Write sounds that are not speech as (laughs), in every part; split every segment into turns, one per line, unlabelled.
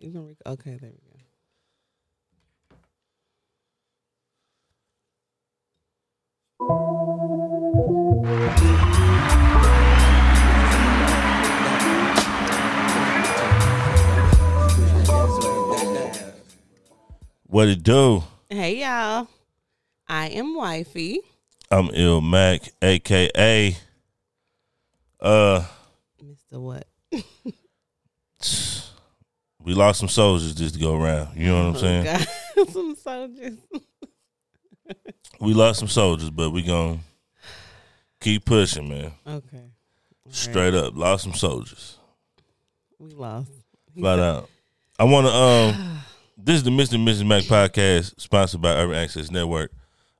You can rec- okay, there we go.
What it do?
Hey y'all. I am wifey.
I'm Ill Mac, aka uh
Mr. What?
we lost some soldiers just to go around. You know what I'm saying?
Oh, God. (laughs) Some soldiers.
We lost some soldiers, but we gonna keep pushing, man.
Okay. All right.
Straight up. Lost some soldiers.
We lost. He
Flat out. I
(sighs)
wanna um this is the Mr. and Mrs. Mac podcast sponsored by Urban Access Network.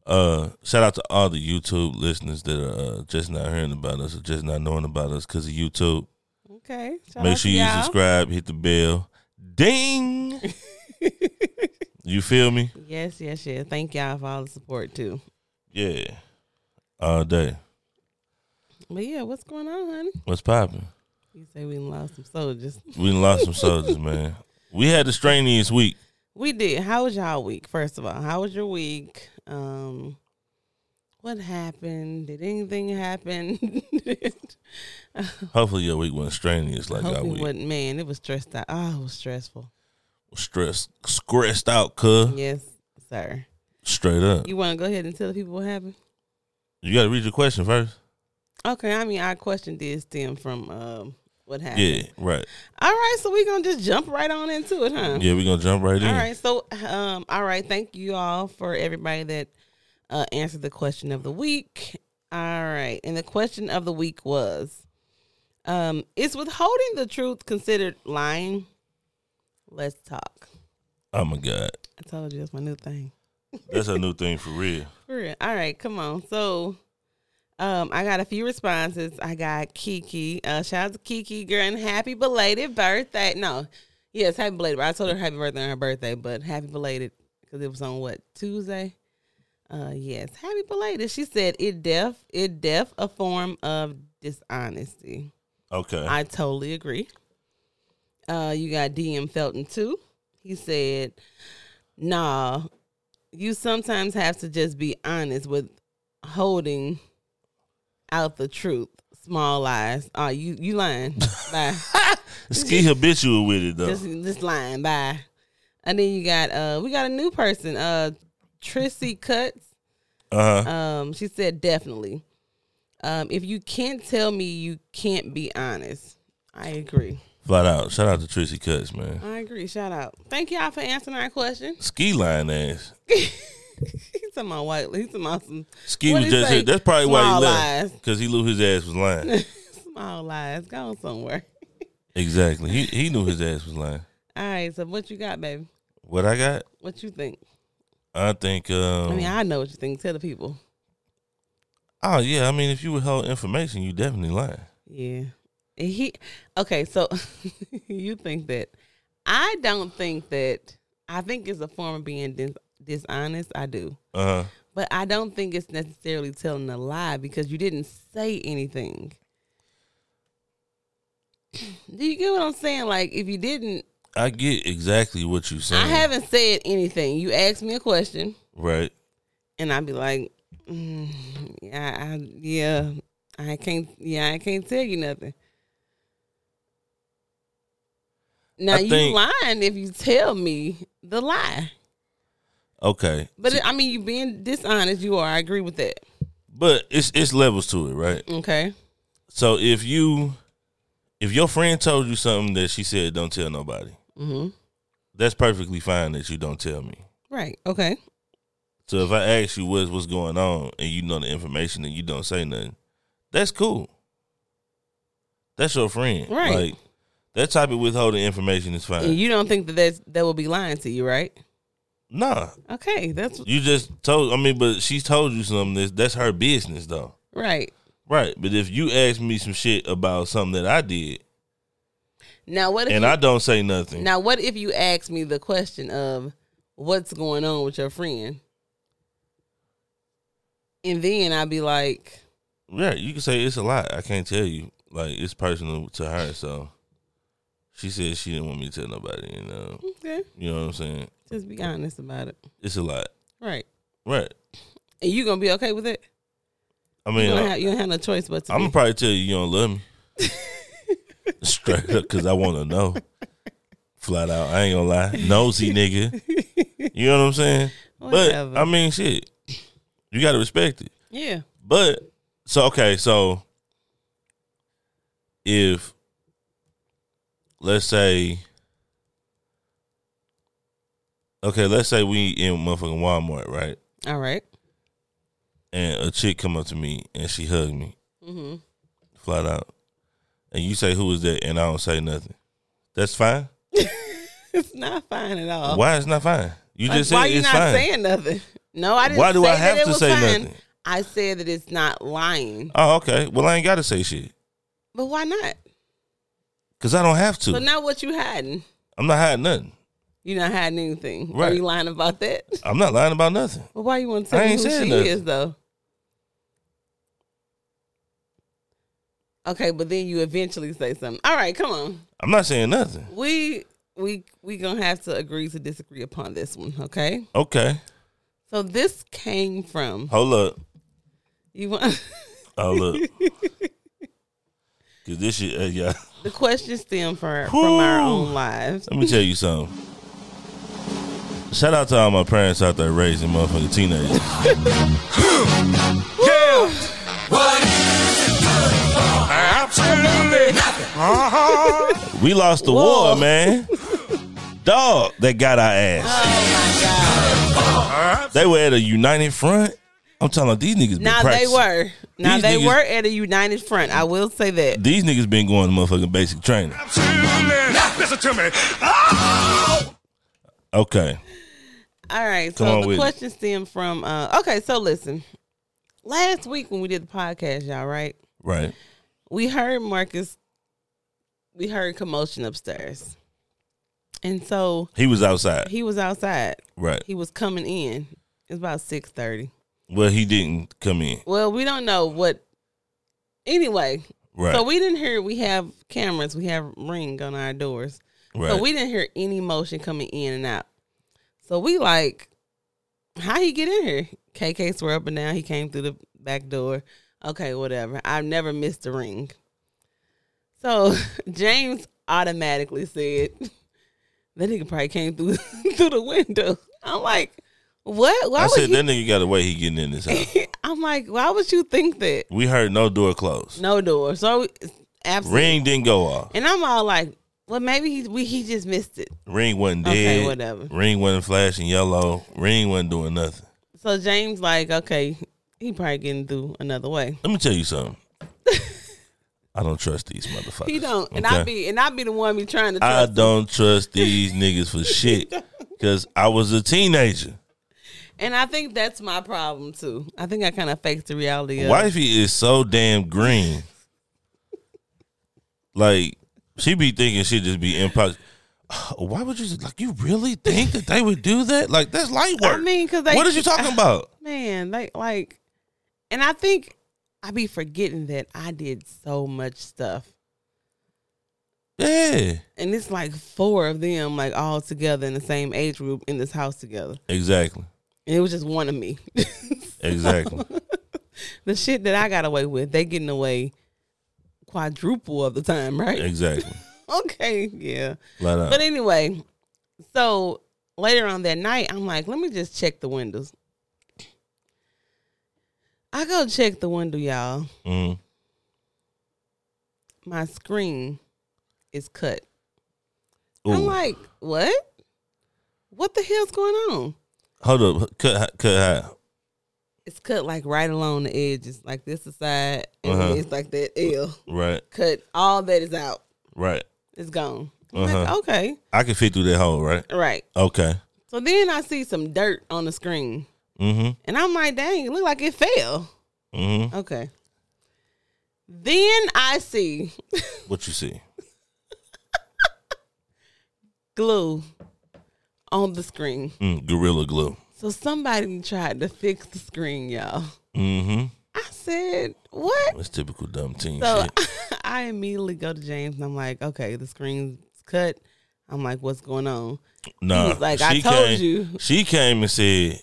Uh shout out to all the YouTube listeners that are uh, just not hearing about us or just not knowing about us because of YouTube.
said, Okay. shout out
Make
to
sure you
y'all.
subscribe, hit the bell. Ding. you feel me?
Yes, yes, yes. Thank y'all for all the support too.
Yeah. All day.
But yeah, what's going on, honey?
What's popping?
You say we done lost some soldiers.
We done lost some soldiers, man. We had the strenuous week.
We did. How was y'all week? First of all, how was your week? Um, what happened? Did anything happen? (laughs)
Hopefully your week wasn't strenuous like
Hope
our
it
week.
wasn't. Man, it was stressed out. Oh, it was stressful.
Stressed stressed out, cuz.
Yes, sir.
Straight up.
You want to go ahead and tell the people what happened?
You gotta read your question first.
Okay. I mean, our question did stem from um, what happened.
Yeah, right.
All right. So we're gonna just jump right on into it, huh?
Yeah, we gonna jump right in.
All right. So, um, all right. Thank you all for everybody that uh, answered the question of the week. All right. And the question of the week was um, Is withholding the truth considered lying? Let's talk.
Oh my god.
I told you that's my new thing.
That's a new thing for real.
For real. All right. Come on. So, um, I got a few responses. I got Kiki. Uh, shout out to Kiki, girl, and happy belated birthday. No, yes, happy belated. I told her happy birthday on her birthday, but happy belated because it was on what Tuesday. Uh, yes, happy belated. She said it deaf. It deaf a form of dishonesty.
Okay.
I totally agree. Uh, you got DM Felton too. He said, "Nah, you sometimes have to just be honest with holding out the truth, small lies. Oh, you you lying? Bye.
Ski habitual with it though.
just just lying. Bye." And then you got uh, we got a new person, uh, Trissy Cuts.
uh huh.
Um, she said definitely. Um, if you can't tell me, you can't be honest. I agree.
Flat out. Shout out to Tracy Cuts, man.
I agree. Shout out. Thank y'all for answering our question. (laughs)
Ski line ass.
he's talking about white. He's talking about some
Ski
What'd
was
he
just
say?
here. That's probably why
Small
he left.
lies.
Because he knew his ass
(laughs)
was lying.
small lies. Gone somewhere.
exactly. He he knew his ass was lying.
All right. So what you got, baby?
What I got?
What you think?
I think um
I mean, I know what you think. Tell the people.
Oh yeah, I mean if you withhold information, you definitely lying.
Yeah. And He. Okay. So (laughs) you think that? I don't think that. I think it's a form of being dis- dishonest. I do.
Uh huh.
But I don't think it's necessarily telling a lie because you didn't say anything. (clears throat) Do you get what I'm saying? Like, if you didn't,
I get exactly what you saying.
I haven't said anything. You asked me a question,
Right.
and I'd be like, mm, yeah, I, yeah, I can't, yeah, I can't tell you nothing. Now
I
you
think-
lying if you tell me the lie.
Okay.
But I mean, you being dishonest. You are. I agree with that.
But it's it's levels to it, right?
Okay.
So if you if your friend told you something that she said don't tell nobody,
hmm
that's perfectly fine that you don't tell me.
Right. Okay.
So if I ask you what's what's going on and you know the information and you don't say nothing, that's cool. That's your friend,
Right.
Like that type of withholding information is fine.
And you don't think that that's, that will be lying to you, right?
nah,
Okay, that's
you just told. I mean, but she told you something. That's that's her business, though.
right.
Right. But if you ask me some shit about something that I did
Now what? If
and
you,
I don't say nothing,
now what if you ask me the question of what's going on with your friend, and then I'd be like,
yeah, you can say it's a lot. I can't tell you. Like it's personal to her, so She said she didn't want me to tell nobody, and uh,
Okay.
you know what I'm saying.
Just be honest about it.
It's a lot,
Right.
right?
And you gonna be okay with it?
I
You
mean,
don't
I-
have, you don't have no choice but to.
I'm
be.
gonna probably tell you you
(laughs)
don't love me straight up because I want to know. Flat out, I ain't gonna lie, nosy nigga. You know what I'm saying?
Whatever.
But I mean, shit, you gotta respect it.
yeah.
But so okay, so if let's say okay, let's say we in motherfucking Walmart, right?
All right.
And a chick come up to me and she hug me,
Mhm.
flat out. And you say who is that, and I don't say nothing. That's fine.
(laughs) It's not fine at all.
Why it's not fine? You
Like,
just
why
said
you
it's
not
fine.
saying nothing? No, I didn't.
Why do
say
I
that
have
it
to
was
say
fine.
nothing?
I said that it's not lying,
Oh, okay. Well, I ain't gotta say shit
but why not?
because I don't have to.
So now what you hiding?
I'm not hiding nothing.
You not hiding anything. Are
Right.
you lying about that?
I'm not lying about nothing.
But why you want to tell
I
me
ain't
who
said
she
nothing.
is though? Okay, but then you eventually say something. All right, come on.
I'm not saying nothing.
We we we gonna have to agree to disagree upon this one. Okay.
Okay.
So this came from
Hold up.
you want.
Hold up. Cause this shit, uh, yeah.
(laughs) the question stemmed from from our
Whew.
own lives.
Let me tell you something. Shout out to all my parents out there raising
(laughs)
motherfucking teenagers.
Absolutely nothing.
Uh-huh. We lost the
Whoa.
war, man. Dog, they got our ass.
Oh,
They were at a united front. I'm telling you, these niggas been
Now they
practicing.
were. Now
These
they
niggas-
were at a united front. I will say that.
These niggas been going to motherfucking basic training.
Absolutely nothing. Listen to me.
Okay.
All right.
Come on
So the
with it.
question stemmed from. Uh, okay. So listen. Last week when we did the podcast, y'all right,
Right.
we heard Marcus. We heard commotion upstairs, and so
He was outside.
he was outside.
Right.
He was coming in. It's about six thirty.
Well, he didn't come in.
Well, we don't know what. Anyway,
Right.
so we didn't hear. We have cameras. We have ring on our doors.
right.
So we didn't hear any motion coming in and out. So we like, how he get in here? KK swore up and down. He came through the back door. Okay, whatever. I've never missed a ring. So (laughs) James automatically said, that nigga probably came through (laughs) through the window. I'm like, what? Why
I
would
said
you?
that nigga got away. He getting in this house.
(laughs) I'm like, why would you think that?
We heard no door closed.
No door. So absolutely.
Ring didn't go off.
And I'm all like, well, maybe he we, he just missed it.
Ring wasn't
Okay,
dead.
whatever.
Ring wasn't flashing yellow. Ring wasn't doing nothing.
So James like, okay, he probably getting through another way.
Let me tell
(laughs)
you something. I don't trust these motherfuckers.
He don't, and
okay?
I be and I be the one be trying to
I
trust.
don't trust these
(laughs)
niggas for shit because I was a teenager.
and I think that's my problem too. I think I kind of faked the reality of
Wifey is so damn green. Like she be thinking she just be impossible. (sighs) Why would you like? You really think that they would do that? Like that's light work.
I mean, because they
what are you talking about?
man, like like, and I think I be forgetting that I did so much stuff,
Yeah,
and it's like four of them like all together in the same age group in this house together,
exactly,
and it was just one of me. (laughs)
exactly.
the shit that I got away with, they getting away quadruple of the time, right?
Exactly.
okay, yeah.
Flat out.
But anyway, so later on that night, I'm like, let me just check the windows. I go check the window, y'all.
Mhm.
My screen is cut. I'm
Ooh.
like, what? What the hell's going on?
Hold up. Cut. hi- Cut. High.
It's cut like right along the edges, like this side, and
Uh-huh.
it's like that L.
Right.
Cut. All that is out.
Right.
It's gone. I'm
Uh-huh.
like, okay,
I can fit through that hole. Right.
right.
Okay.
So then I see some dirt on the screen,
Mm-hmm.
and I'm like, dang, it looked like it fell.
Mm-hmm.
Okay. Then I see
What you see?
glue on the screen.
Mm, gorilla glue.
So somebody tried to fix the screen, y'all.
Mm-hmm.
I said, what?
That's typical dumb teen
So (laughs)
shit.
I immediately go to James and I'm like, okay, the screen's cut. I'm like, what's going on?
Nah,
was like, "I told
came,
you."
She came and said,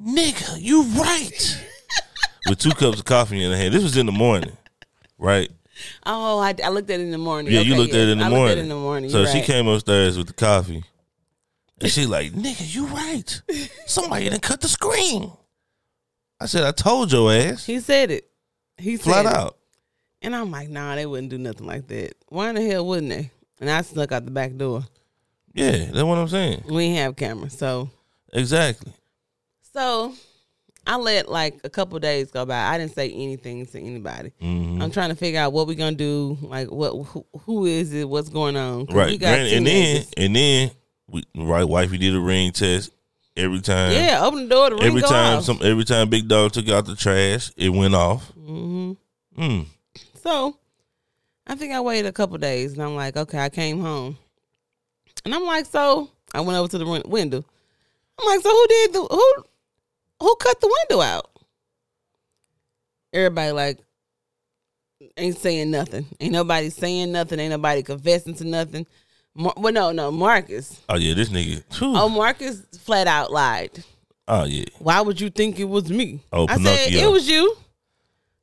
"Nigga, you
(laughs)
right." With two cups of coffee in her hand. This was in the morning, right?
Oh, I, I looked at it in the morning.
Yeah, you
Okay,
looked at it in the
I
morning.
Looked at it in the morning.
So
you're
she
right.
came upstairs with the coffee, and she like, "Nigga, you right. Somebody done cut the screen." I said, "I told your ass
He said it. He
flat
said it.
out."
And I'm like, nah, they wouldn't do nothing like that. Why in the hell wouldn't they? And I snuck out the back door.
Yeah, that's what I'm saying.
We didn't have cameras, so
Exactly.
so I let like a couple days go by. I didn't say anything to anybody.
Mhm.
I'm trying to figure out what we're gonna do. Like, what who, who is it? What's going on? 'Cause
Right.
we got
Granted, and then
teenagers.
and then we right wifey did a ring test every time.
yeah, open the door. The ring
uh, Every
go
time
off.
some every time Big Dog took out the trash, it went off.
Mhm.
Mm.
So I think I waited a couple days and I'm like, okay, I came home. And I'm like, so I went over to the win- window. I'm like, so who did the who who cut the window out? Everybody like ain't saying nothing. Ain't nobody saying nothing. Ain't nobody confessing to nothing. Mar- well, no, no, Marcus.
Oh yeah, this nigga. whew.
Oh, Marcus flat out lied.
Oh yeah,
Why would you think it was me?
Oh,
I said
Pinocchio.
it was you.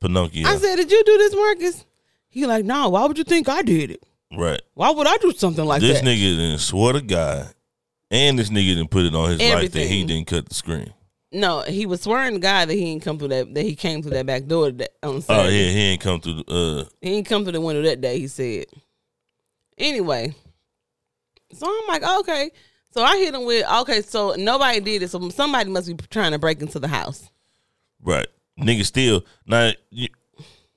Pinocchio.
I said, did you do this, Marcus? He like, no. Why would you think I did it?
right.
Why would I do something like
This
that?
nigga then swore to God, and this nigga didn't put it on his life that he
Everything.
didn't cut the screen.
no, he was swearing to God that he didn't come through that that he came through that back door that, on
Oh yeah,
Saturday.
he ain't come through. uh, The,
He didn't come through the window that day. He said. Anyway, so I'm like, okay. So I hit him with, okay. So nobody did it. So somebody must be trying to break into the house.
uh, right, nigga still now. You,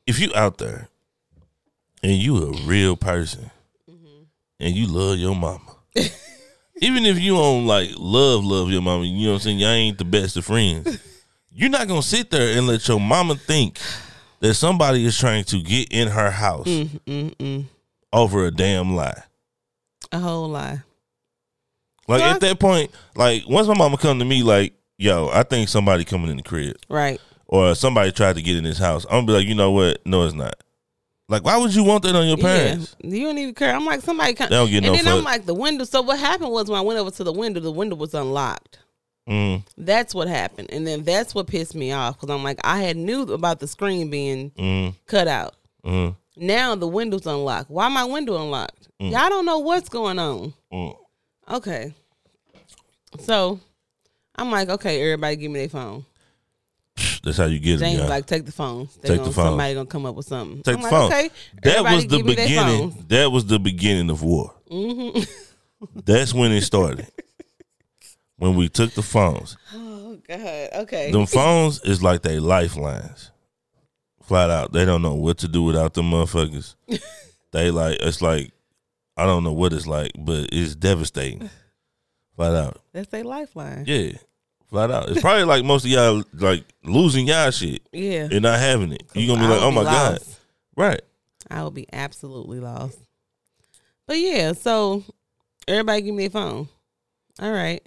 if you out there and you a real person and you love your mama. Even if you don't like love, love your mama, you know what I'm saying? Y'all ain't the best of friends. You're not gonna sit there and let your mama think that somebody is trying to get in her house over a damn lie.
A whole lie.
Like
Yeah.
at that point, like once my mama come to me, like, yo, I think somebody coming in the crib
Right.
or somebody tried to get in this house. I'm gonna be like, you know what? No, it's not. Like, why would you want that on your parents?
Yeah. You don't even care. I'm like somebody. Come-
They don't get
and
no
then I'm
fuck.
like the window. So what happened was when I went over to the window, the window was unlocked.
Mm,
That's what happened, and then that's what pissed me off because I'm like, I had knew about the screen being
mm,
cut out.
mm,
Now the window's unlocked. Why my window unlocked? Y'all don't know what's going on.
mm.
Okay, so I'm like, okay, everybody, give me their phone.
That's how you get it.
James
y'all.
like, take the phones. They
Take
gonna,
the phones.
Somebody gonna come up with something.
Take
I'm
the
like,
phone.
Okay,
that
everybody
was the
give me their phones. Mm-hmm.
beginning. That was the beginning of war. That's when it started. when we took the phones,
(laughs) Oh God. Okay. (laughs)
them phones is like they lifelines. Flat out, they don't know what to do without
(laughs)
them motherfuckers. they like it's like I don't know what it's like, but it's devastating. Flat out,
That's their lifeline.
yeah. Flat out, it's probably like most of y'all like losing y'all shit
Yeah.
and not having it. You gonna be
I
like,
would
oh my god,
lost.
right?
I would be absolutely lost. But yeah, so everybody give me a phone. All right.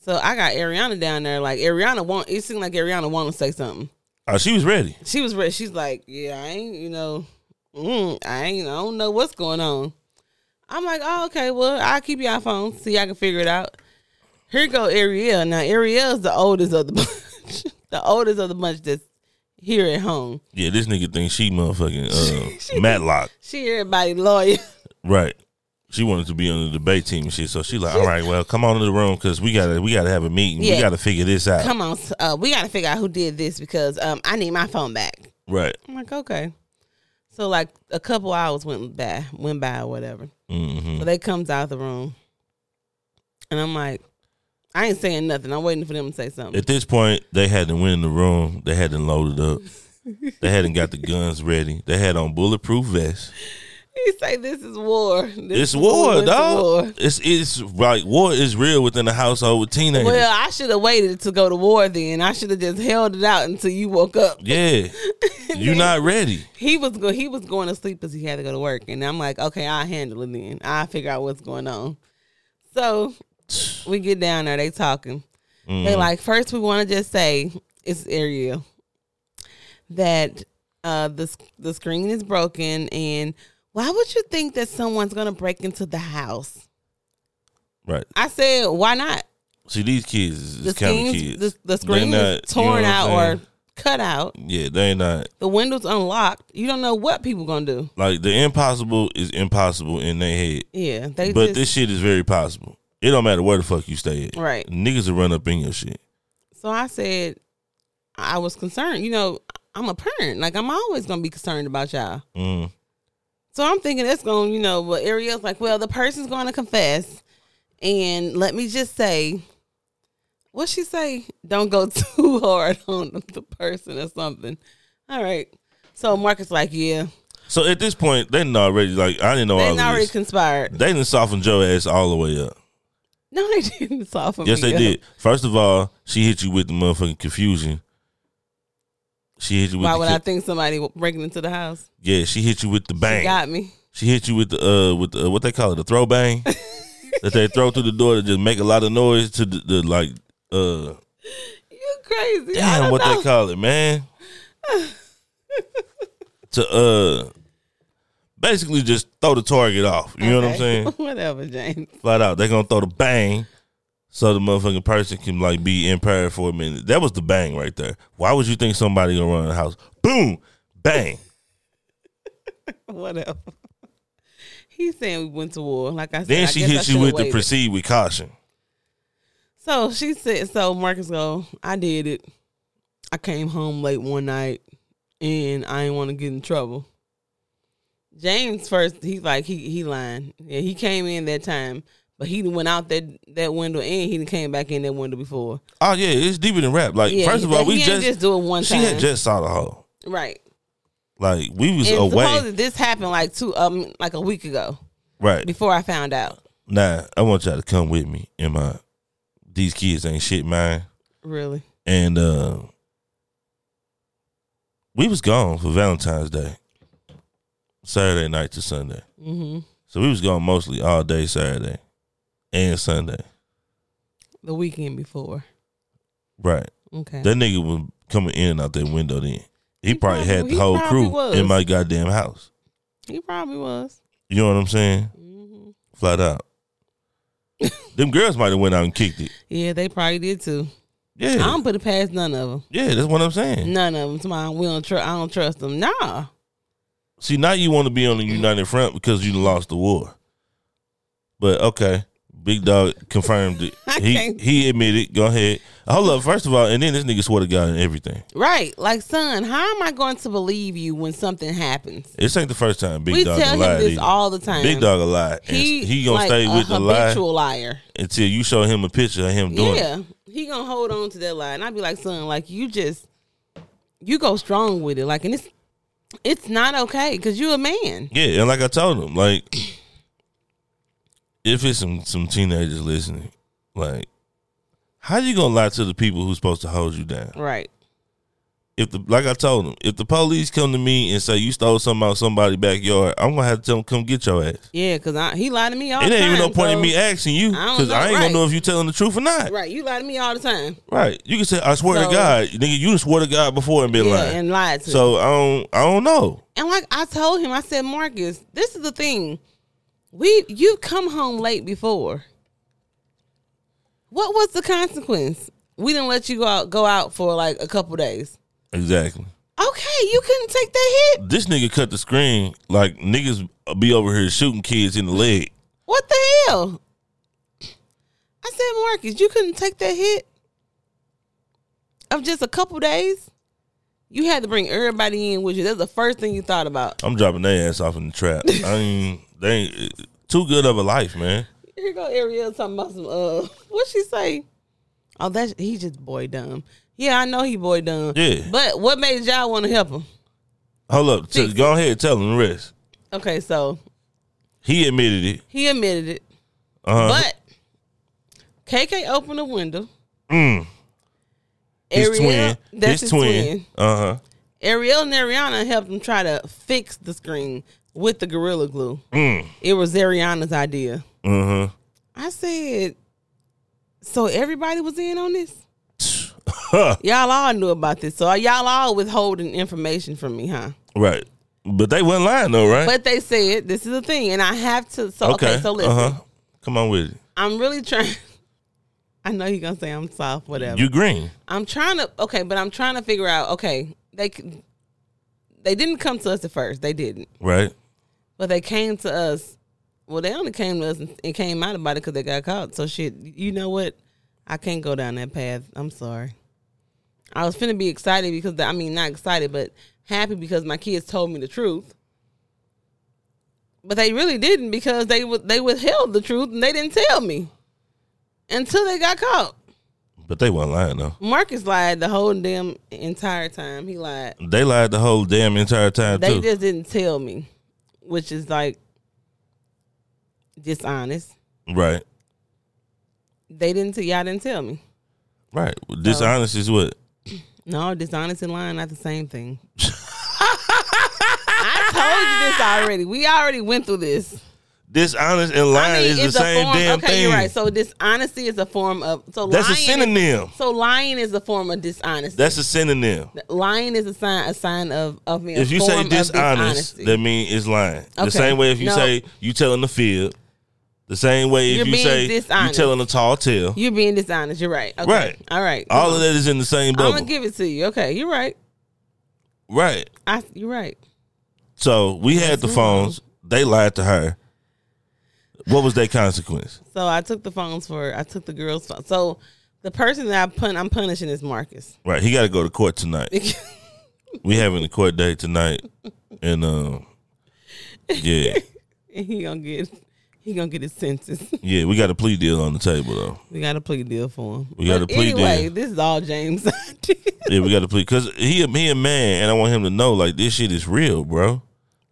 So I got Ariana down there. Like Ariana want it seemed like Ariana wanna say something.
Oh, she was ready.
She was ready. She's like, Yeah, I ain't, you know, mm, I ain't I don't know what's going on. I'm like, oh, okay, well, I'll keep y'all phones, see y'all can figure it out. Here go Ariel. Now Ariel's the oldest of the (laughs) bunch. the oldest of the bunch that's here at home.
Yeah, this nigga thinks
(laughs)
she motherfucking uh, Matlock.
She everybody lawyer.
Right. She wanted to be on the debate team and shit, so she like, all right, well, come on in the room because we gotta we gotta have a meeting. We
Yeah.
gotta figure this out.
come on, uh, we got to figure out who did this because um, I need my phone back.
Right.
I'm like, okay. So like a couple hours went by, went by or whatever.
hmm
So they comes out the room, and I'm like, I ain't saying nothing. I'm waiting for them to say something.
At this point, they hadn't went in the room. They hadn't loaded up. they hadn't got the guns ready. They had on bulletproof vests.
he say, "This is war. This is
It's
when we
war,
went to
dog.
war."
It's it's like war is real within the household with teenagers.
Well, I should have waited to go to war. Then I should have just held it out until you woke up. (laughs)
yeah. You're not ready.
He was go- he was going to sleep because he had to go to work, and I'm like, okay, I'll handle it then. I'll figure out what's going on.
(sighs)
So we get down there, they talking.
Mm.
They like first we want to just say it's Ariel that uh the s- the screen is broken and Why would you think that someone's gonna break into the house?
Right.
I said, why not?
See, these kids is,
The
is county
screen,
kids.
the, the
They
screen is
not- you know
torn
what I'm
out or
saying?
cut out.
Yeah, they not.
The windows unlocked. You don't know what people gonna do.
Like, the impossible is impossible in their head.
Yeah, they
But
just
this shit is very possible. It don't matter where the fuck you stay at.
Right.
Niggas will run up in your shit.
So I said, I was concerned. You know, I'm a parent. Like I'm always gonna be concerned about y'all.
Mm.
So I'm thinking that's gonna, you know, but Ariel's like, well, the person's going to confess, and let me just say, what she say? Don't go (laughs) too hard on the person or something. All right. So Marcus like, yeah,
So at this point, they done already, like, Oh, I didn't know
they
all of
done already
this.
conspired. (laughs)
they didn't soften Joe ass all the way up.
No, they didn't (laughs) soften.
Yes,
me
they
up.
did. First of all, she hit you with the motherfucking confusion. She hit you with
Why
the
would
co-
I think somebody breaking into the house?
yeah. She hit you with the
They
bang.
Got me.
She hit you with the uh with the, uh, what they call it the
(laughs)
throw bang that they throw through the door to just make a lot of noise to the, the like uh
You crazy? I
damn
don't
what
know.
they call
(laughs)
it man to uh basically just throw the target off. You know what I'm
Okay.
saying?
(laughs) Whatever, James.
Flat out, they gonna throw the bang. So the motherfucking person can like be impaired for a minute. That was the bang right there. Why would you think somebody gonna run in the house? Boom, bang.
(laughs) Whatever. He's saying we went to war. Like I said,
Then
I
she
guess I
hits you
shoulda
with the
waited.
proceed with caution.
So she said, so Marcus go, I did it. I came home late one night and I didn't want to get in trouble. James first, he's like, he he lying. Yeah, he came in that time, but he done went out that that window and he done came back in that window before.
Oh yeah, it's deeper than rap. Like
Yeah,
Uh, first of
he-
all, we
he ain't
just,
just do it one
she
time.
had just saw the hoe.
right.
Like we was
And
away.
supposedly this happened like two um like a week ago
right.
before I found out.
Nah, I want y'all to come with me in my these kids ain't shit man.
Really.
And uh we was gone for Valentine's Day. Saturday night to Sunday.
hmm
So we was gone mostly all day Saturday and Sunday.
The weekend before.
Right.
Okay.
That nigga was coming in and out that window then. He,
He
probably, had
probably-
the
he
whole
probably
crew
was.
in my goddamn house.
He probably was. Mm-hmm.
You know what I'm saying?
(laughs)
Flat out. Them girls might have went out and kicked it.
Yeah, they probably did too.
Yeah.
I don't put it past none of them.
yeah, that's what I'm saying.
None of them. Tomorrow, we don't trust. I don't trust them. Nah.
See, now you want to be on
Mm.
the United Front because you lost the war. But okay. Big Dog confirmed it.
(laughs) I
He
can't-
he admitted. Go ahead. Hold up, first of all, and then this nigga swore to God and everything.
Right. Like, son, how am I going to believe you when something happens?
This ain't the first time Big
we
Dog
tell him
lied.
this
either.
all the time.
Big Dog a lie. And
He,
he, gonna
like
stay
a
with the lie
habitual liar.
until you show him a picture of him doing it.
Yeah. He gonna hold on to that lie. And I'd be like, son, like you just you go strong with it. Like and it's it's not okay because you a man.
Yeah, and like I told him, like if it's some some teenagers listening, like how you gonna lie to the people who's supposed to hold you down?
Right.
If the like I told him, if the police come to me and say you stole something out of somebody's backyard, I'm gonna have to tell them come get your ass.
Yeah, because I he lied to me all
It
the
ain't
time.
even no point in
so-
me asking you
I don't
because
know,
I, ain't
right.
gonna know if you telling the truth or not. Right?
Right, you lie to me all the time.
You can say I swear
So-
to God, nigga, you done swore to God before and been
Yeah,
lying.
and lied to.
so I don't, I don't know.
And like I told him, I said, Marcus, this is the thing. We you've come home late before. What was the consequence? We didn't let you go out go out for like a couple days.
Exactly.
Okay, you couldn't take that hit.
This nigga cut the screen like niggas be over here shooting kids in the leg.
What the hell? I said, Marcus, you couldn't take that hit of just a couple days. You had to bring everybody in with you. That's the first thing you thought about.
I'm dropping their ass off in
(laughs)
the trap. I mean, they ain't too good of a life, man.
Here go Ariel talking about some uh what she say? Oh, that's he just boy dumb. Yeah, I know he boy dumb.
Yeah.
But what made y'all want to help him?
Hold up, t-
Fix it.
go ahead, and tell him the rest.
Okay, so
He admitted it.
he admitted it.
Uh-huh.
But KK opened the window.
Mm. his
Ariel,
twin,
That's
his, twin. Uh huh.
Ariel and Ariana helped him try to fix the screen with the gorilla glue.
Mm.
It was Ariana's idea.
Uh
I said, so everybody was in on this?
huh.
(laughs) Y'all all knew about this. So y'all all withholding information from me, huh?
right. But they wasn't lying though, right?
But they said this is the thing, and I have to. So okay, so listen,
Uh-huh. Come on with it.
I'm really trying. (laughs) I know you're gonna say I'm soft, whatever.
You green.
I'm trying to okay, but I'm trying to figure out. Okay, they c- they didn't come to us at first. They didn't,
Right.
but they came to us. Well, they only came to us and- and came out about it because they got caught. So shit, you know what? I can't go down that path. I'm sorry. I was finna be excited because the, I mean not excited, but happy because my kids told me the truth. But they really didn't because they wa- they withheld the truth and they didn't tell me until they got caught.
But they wasn't lying though.
Marcus lied the whole damn entire time. He lied.
They lied the whole damn entire time
They
too.
just didn't tell me, which is like dishonest.
Right.
They didn't. T- y'all didn't tell me.
Right. Dishonest is what?
No, dishonest and lying not the same
(laughs)
thing. I told you this already. We already went through this.
Dishonest and lying
I mean,
is the same
form.
damn
okay,
thing.
you're right. So dishonesty is a form of. So
That's a
lying is-
synonym.
so lying is a form of dishonesty.
That's a synonym.
lying is a sign. A sign of of me.
If you say dishonest,
dishonesty.
that means it's lying.
Okay.
The same way if you
No.
say you telling the fib. The same way if
You're
you
being
say
dishonest.
you telling a tall tale.
You're being dishonest. You're right. Okay.
Right.
All right.
All of that is in the same
I'm
bubble.
gonna give it to you. Okay. You're right.
right.
I. You're right.
So we had the phones. They lied to her. What was their consequence?
So I took the phones for. I took the girls' phone. So the person that I pun, I'm punishing is Marcus. (laughs)
Right. He got to go to court tonight.
Because
we having a court date tonight, and um,
(laughs)
yeah,
he gonna get. He gonna get his senses. (laughs)
yeah, we got a plea deal on the table though.
We got a plea deal for him.
We got
But
a plea deal.
anyway, this is all James. (laughs)
Yeah, we got a plea because he a he a man, and I want him to know like this shit is real, bro.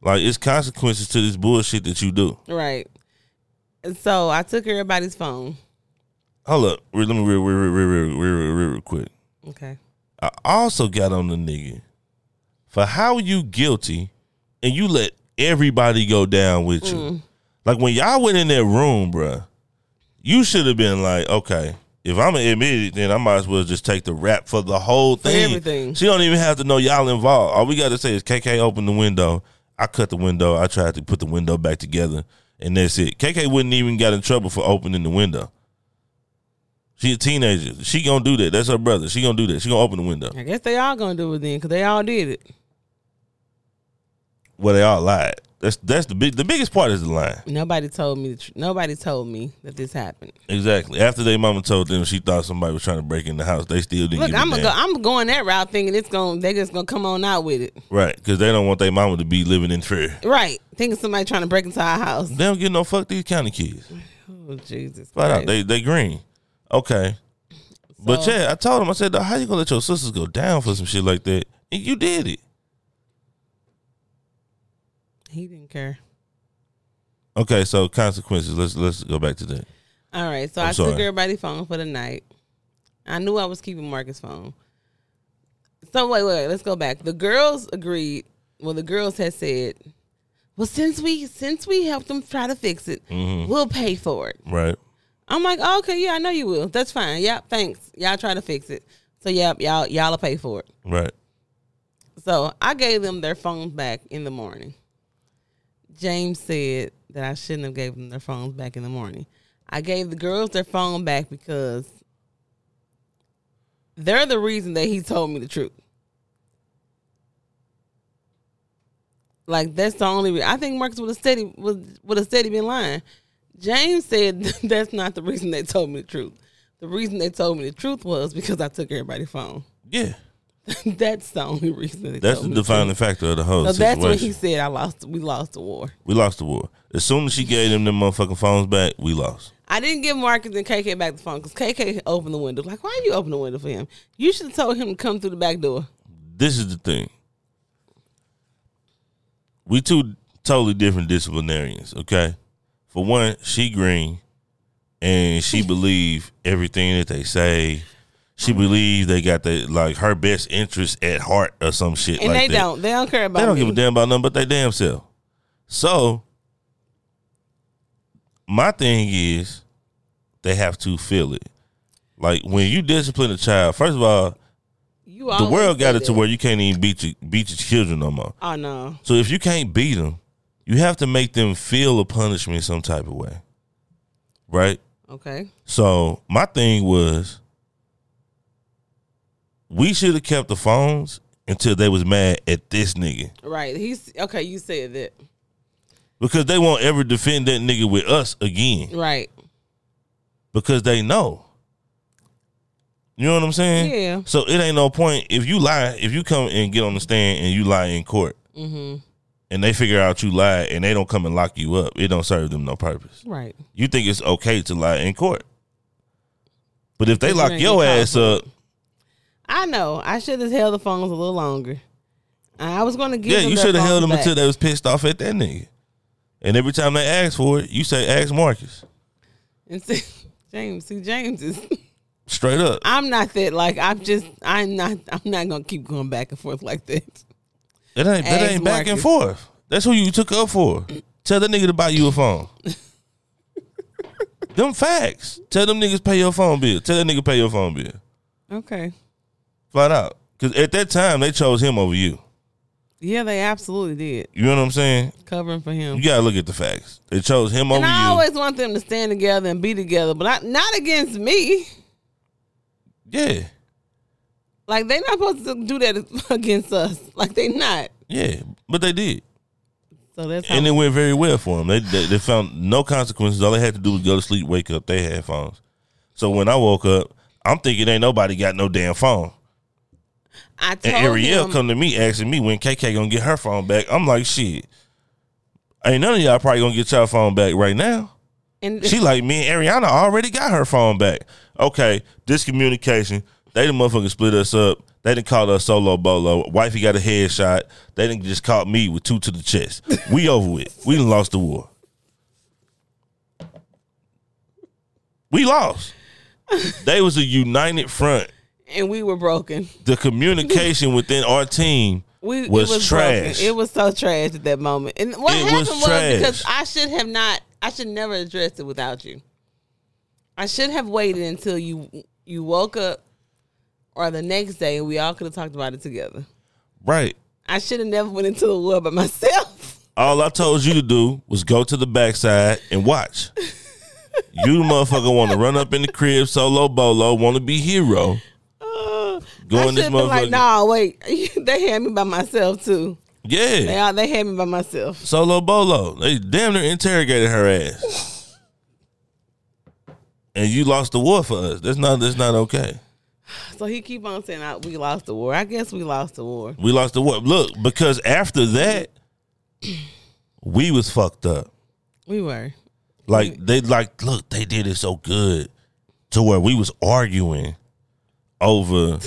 Like it's consequences to this bullshit that you do.
right. And So I took everybody's phone.
Hold up, re- let me real real real real real real, real, real, real quick.
Okay.
I also got on the nigga for how you guilty and you let everybody go down with you. Like when y'all went in that room, bruh, you should have been like, okay, if I'm gonna admit it, then I might as well just take the rap for the whole thing.
everything.
She don't even have to know y'all involved. All we gotta say is KK opened the window. I cut the window. I tried to put the window back together, and that's it. KK wouldn't even got in trouble for opening the window. She a teenager. She gonna do that. That's her brother. She gonna do that. She gonna open the window.
I guess they all gonna do it then because they all did it.
Well, they all lied. That's that's the big the biggest part is the lying.
Nobody told me. The tr- nobody told me that this happened.
Exactly. After their mama told them she thought somebody was trying to break in the house, they still didn't
Look,
give a
I'm gonna
damn.
go. I'm going that route thinking it's gonna. They just gonna come on out with it.
Right, because they don't want their mama to be living in fear.
Right. Thinking somebody trying to break into our house.
They don't get no fuck these county kids.
Oh Jesus.
Flat out,
Christ.
uh, they they green. Okay, but
So-
yeah, I told him I said, "Dawg, "How you gonna let your sisters go down for some shit like that?" And you did it.
He didn't care.
Okay, so consequences. Let's let's go back to that.
All right. So i
I'm
took
sorry.
everybody's phone for the night. I knew I was keeping Marcus' phone. So wait, wait, wait, let's go back. The girls agreed. Well, the girls had said, "Well, since we since we helped them try to fix it,
Mm-hmm.
we'll pay for it."
Right,
I'm like, oh, "Okay, yeah, I know you will. That's fine. Yep, thanks. Y'all try to fix it. So yep, y'all y'all will pay for it."
right.
So I gave them their phones back in the morning. James said that I shouldn't have gave them their phones back in the morning. I gave the girls their phone back because they're the reason that he told me the truth. Like that's the only reason. I think Marcus would have steady would would have steady been lying. James said (laughs) that's not the reason they told me the truth. The reason they told me the truth was because I took everybody's phone. (laughs)
Yeah,
that's the only reason. They
that's
told
the
me truth.
defining factor of the whole
So that's
situation.
when he said I lost. We lost the war.
we lost the war. As soon as she gave them them motherfucking phones back, we lost.
I didn't give Marcus and KK back the phone because KK opened the window. Like, why you open the window for him? You should have told him to come through the back door.
This is the thing. We two totally different disciplinarians. Okay, for one, she green, and
(laughs)
she believe everything that they say. She
Uh-huh.
believe they got the like her best interest at heart or some shit.
And they
like that.
don't. They don't care about.
They don't
me.
give a damn about nothing but they damn self. So my thing is they have to feel it. Like when you discipline a child, first of all,
You
The
always
world got
say
it
that.
to where you can't even beat your, beat your children no more.
Oh no.
So if you can't beat them, you have to make them feel a punishment some type of way, right?
Okay.
So my thing was, we should have kept the phones until they was mad at this nigga
Right. He's okay. You said that.
because they won't ever defend that nigga with us again
Right.
because they know. You know what I'm saying?
Yeah.
So it ain't no point if you lie. If you come and get on the stand and you lie in court,
Mm-hmm.
and they figure out you lied and they don't come and lock you up, it don't serve them no purpose.
Right.
you think it's okay to lie in court. But if they
But you
lock
ain't
your
get
ass up,
I know. I should have held the phones a little longer. I was going to give.
yeah,
them
you
their
should have held them
phones
until
back.
they was pissed off at that nigga. And every time they ask for it, you say, ask Marcus.
And see, (laughs) James. See, James is. (laughs)
Straight up.
I'm not that. Like I'm just. I'm not. I'm not gonna keep going back and forth like that.
That ain't, that
Ask
ain't back
Marcus.
and forth. That's who you took up for. Tell that nigga to buy you a phone. them facts. Tell them niggas pay your phone bill. Tell that nigga pay your phone bill.
Okay.
Flat out. Because at that time, they chose him over you.
Yeah, they absolutely did
You know what I'm saying?
covering for him.
You got to look at the facts. They chose him over
and I
you.
always want them to stand together and be together, but I, not against me.
yeah.
Like they're not supposed to do that (laughs) against us. Like they not.
Yeah, but they did,
So that's how
and it went very well for them. They, they they found no consequences. All they had to do was go to sleep, wake up. They had phones. So when I woke up, I'm thinking ain't nobody got no damn phone.
I told
And Ariel
him.
come to me asking me when KK gonna get her phone back. I'm like, shit, ain't none of y'all probably gonna get y'all phone back right now.
and
She like me and Ariana already got her phone back. Okay, discommunication. They the motherfucking split us up. They didn't call us solo bolo. Wifey got a headshot. They didn't just caught me with two to the chest. We over with. We done lost the war. We lost. They was a united front.
and we were broken.
The communication within our team
We
was,
it was
trash.
Broken. It was so trash at that moment. And what
It
happened
was
was,
trash.
because I should have not. I should never address it without you. I should have waited until you you woke up, or the next day, and we all could have talked about it together.
right.
I should have never went into the wood by myself. (laughs)
All I told you to do was go to the backside and watch. you the motherfucker want to run up in the crib solo bolo, want to be hero.
Uh,
Go
I
in this
should been like,
motherfucker.
no, wait. (laughs) they had me by myself too. They
Yeah,
all, they had me by myself.
solo bolo. They damn near interrogated her ass, and you lost the war for us. That's not that's not okay.
So he keep on saying, "I- we lost the war. I guess we lost the war.
We lost the war. Look, because after that, we was fucked up.
We were.
Like they like look, they did it so good to where we was arguing over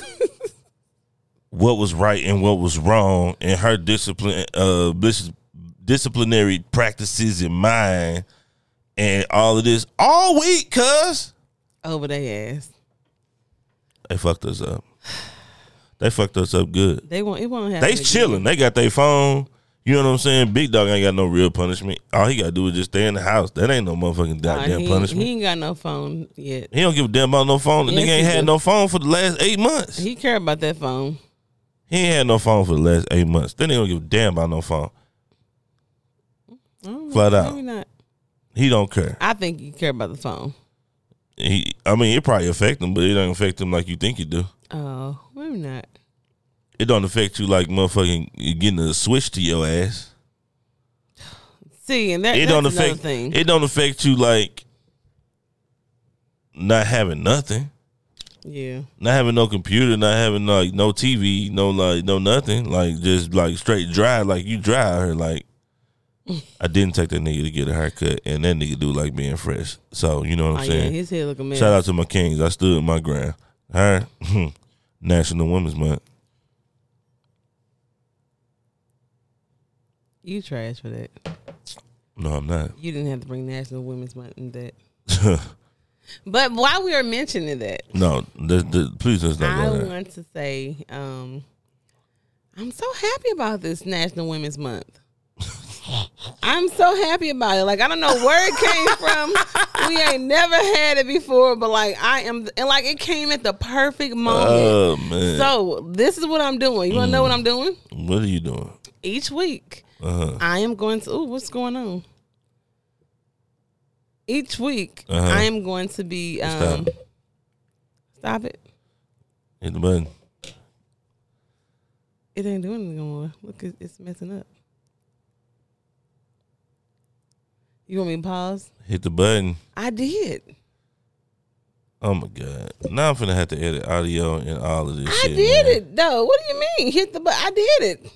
(laughs)
what was right and what was wrong and her discipline uh dis- disciplinary practices in mine and all of this all week cuz
over their ass.
they fucked us up. They fucked us up good.
They won't. It won't happen.
They
again.
chilling. They got their phone. You know what I'm saying? Big dog ain't got no real punishment. All he gotta do is just stay in the house. That ain't no motherfucking
Nah,
goddamn
he,
punishment.
he ain't got no phone yet.
He don't give a damn about no phone. The
Yes,
nigga ain't
he
had
do.
no phone for the last eight months. He,
He care about that phone.
ain't had no phone for the last eight months. Then they don't give a damn about no phone.
Oh,
Flat out.
Maybe not.
He don't care.
I think you care about the phone.
He, I mean, it probably affect him, but it don't affect him like you think it do.
Oh, maybe not.
It don't affect you like motherfucking you getting a switch to your ass.
See, and that,
It
that's
don't
another
affect.
thing.
It don't affect you like not having nothing,
yeah,
not having no computer, not having like no TV, no like no nothing, like just like straight dry, like you dry out
(laughs)
here, like. I didn't take that nigga to get a haircut, and that nigga do like being fresh. So you know what
oh
I'm
yeah,
saying.
his head looking mad.
Shout out to my kings. I stood my ground. All right, National Women's Month.
You trash for that.
No, I'm not. (laughs)
You didn't have to bring National Women's Month in that. But while we are mentioning that,
no, th- th- please let's not
I
go there.
want to say um, I'm so happy about this National Women's Month. I'm so happy about it. Like I don't know where it came from. we ain't never had it before, but like I am, and like it came at the perfect moment.
Oh man,
so this is what I'm doing. You want to know what I'm doing?
what are you doing?
Each week,
Uh-huh.
I am going to. Ooh, what's going on? Each week,
Uh-huh.
I am going to be. Um,
time?
stop it!
Hit the button.
It ain't doing it no more. Look, it- it's messing up. You want me to pause?
Hit the button.
I did.
Oh my god. Now I'm finna have to edit audio and all of this.
I
shit,
did
man.
it though. What do you mean? Hit the button. I did it.